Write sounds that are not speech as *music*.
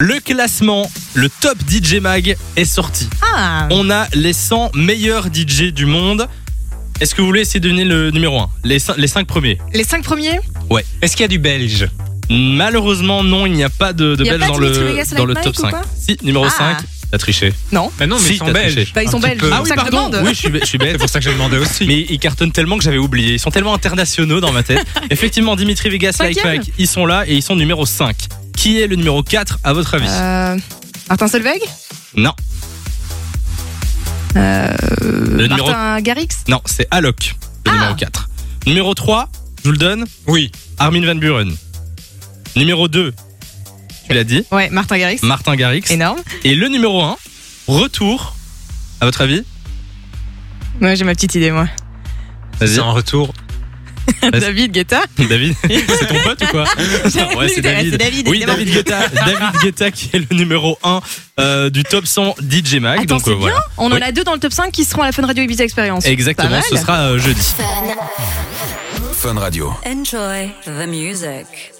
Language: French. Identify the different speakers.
Speaker 1: Le classement, le top DJ Mag est sorti.
Speaker 2: Ah,
Speaker 1: On a les 100 meilleurs DJ du monde. Est-ce que vous voulez essayer de donner le numéro 1 les, cin- les 5 premiers
Speaker 2: les cinq premiers
Speaker 3: Est-ce qu'il y a du belge
Speaker 1: Malheureusement, non, il n'y a pas de, de
Speaker 2: Il y a
Speaker 1: Belges
Speaker 2: pas
Speaker 1: dans
Speaker 2: Dimitri
Speaker 1: le,
Speaker 2: Vegas
Speaker 1: dans le
Speaker 2: Light
Speaker 1: top
Speaker 2: Mike ou
Speaker 1: 5.
Speaker 2: pas
Speaker 1: Si, numéro
Speaker 2: Ah.
Speaker 1: 5, t'as triché.
Speaker 2: Non.
Speaker 3: Bah non, mais
Speaker 1: Si,
Speaker 3: ils sont
Speaker 1: t'as
Speaker 3: belges.
Speaker 1: triché.
Speaker 2: Bah, ils
Speaker 3: Un
Speaker 2: sont
Speaker 3: petit
Speaker 2: belges.
Speaker 3: peu.
Speaker 2: Ah oui,
Speaker 3: C'est
Speaker 2: Ça
Speaker 1: pardon,
Speaker 2: demande.
Speaker 1: oui, je suis, be- je suis
Speaker 3: *laughs*
Speaker 1: bête.
Speaker 3: pour ça que je demandais aussi.
Speaker 1: Mais ils cartonnent tellement que j'avais oublié. Ils sont tellement internationaux dans ma
Speaker 2: *laughs*
Speaker 1: tête. Effectivement, Dimitri Vegas, Like
Speaker 2: Cinquième.
Speaker 1: Mike, ils sont là et ils sont numéro 5. Qui est le numéro 4 à votre avis
Speaker 2: Euh, Martin Solveig
Speaker 1: Non. le numéro
Speaker 2: Martin Garrix
Speaker 1: Non, c'est Alok, le
Speaker 2: Ah.
Speaker 1: numéro 4. Numéro 3, je vous le donne,
Speaker 3: Oui.
Speaker 1: Armin Van Buren. Numéro 2, tu l'as dit,
Speaker 2: Ouais, Martin Garrix.
Speaker 1: Martin Garrix.
Speaker 2: Énorme.
Speaker 1: Et le numéro 1, retour, à votre avis
Speaker 2: Moi, j'ai ma petite idée, moi.
Speaker 3: C'est
Speaker 1: Vas-y,
Speaker 3: un retour.
Speaker 1: Vas-y.
Speaker 2: David Guetta.
Speaker 1: *laughs* David, c'est ton pote ou quoi Ouais, c'est *laughs* David. Oui,
Speaker 2: évidemment.
Speaker 1: David *laughs* Guetta, David Guetta qui est le numéro 1 euh, du top 100 DJ Mag.
Speaker 2: Attends,
Speaker 1: donc
Speaker 2: c'est
Speaker 1: euh, voilà.
Speaker 2: On
Speaker 1: Oui.
Speaker 2: en a deux dans le top 5 qui seront à la Fun Radio Ibiza Experience. Pas
Speaker 1: Exactement,
Speaker 2: mal.
Speaker 1: ce sera euh, jeudi.
Speaker 4: Fun Radio.
Speaker 5: Enjoy the music.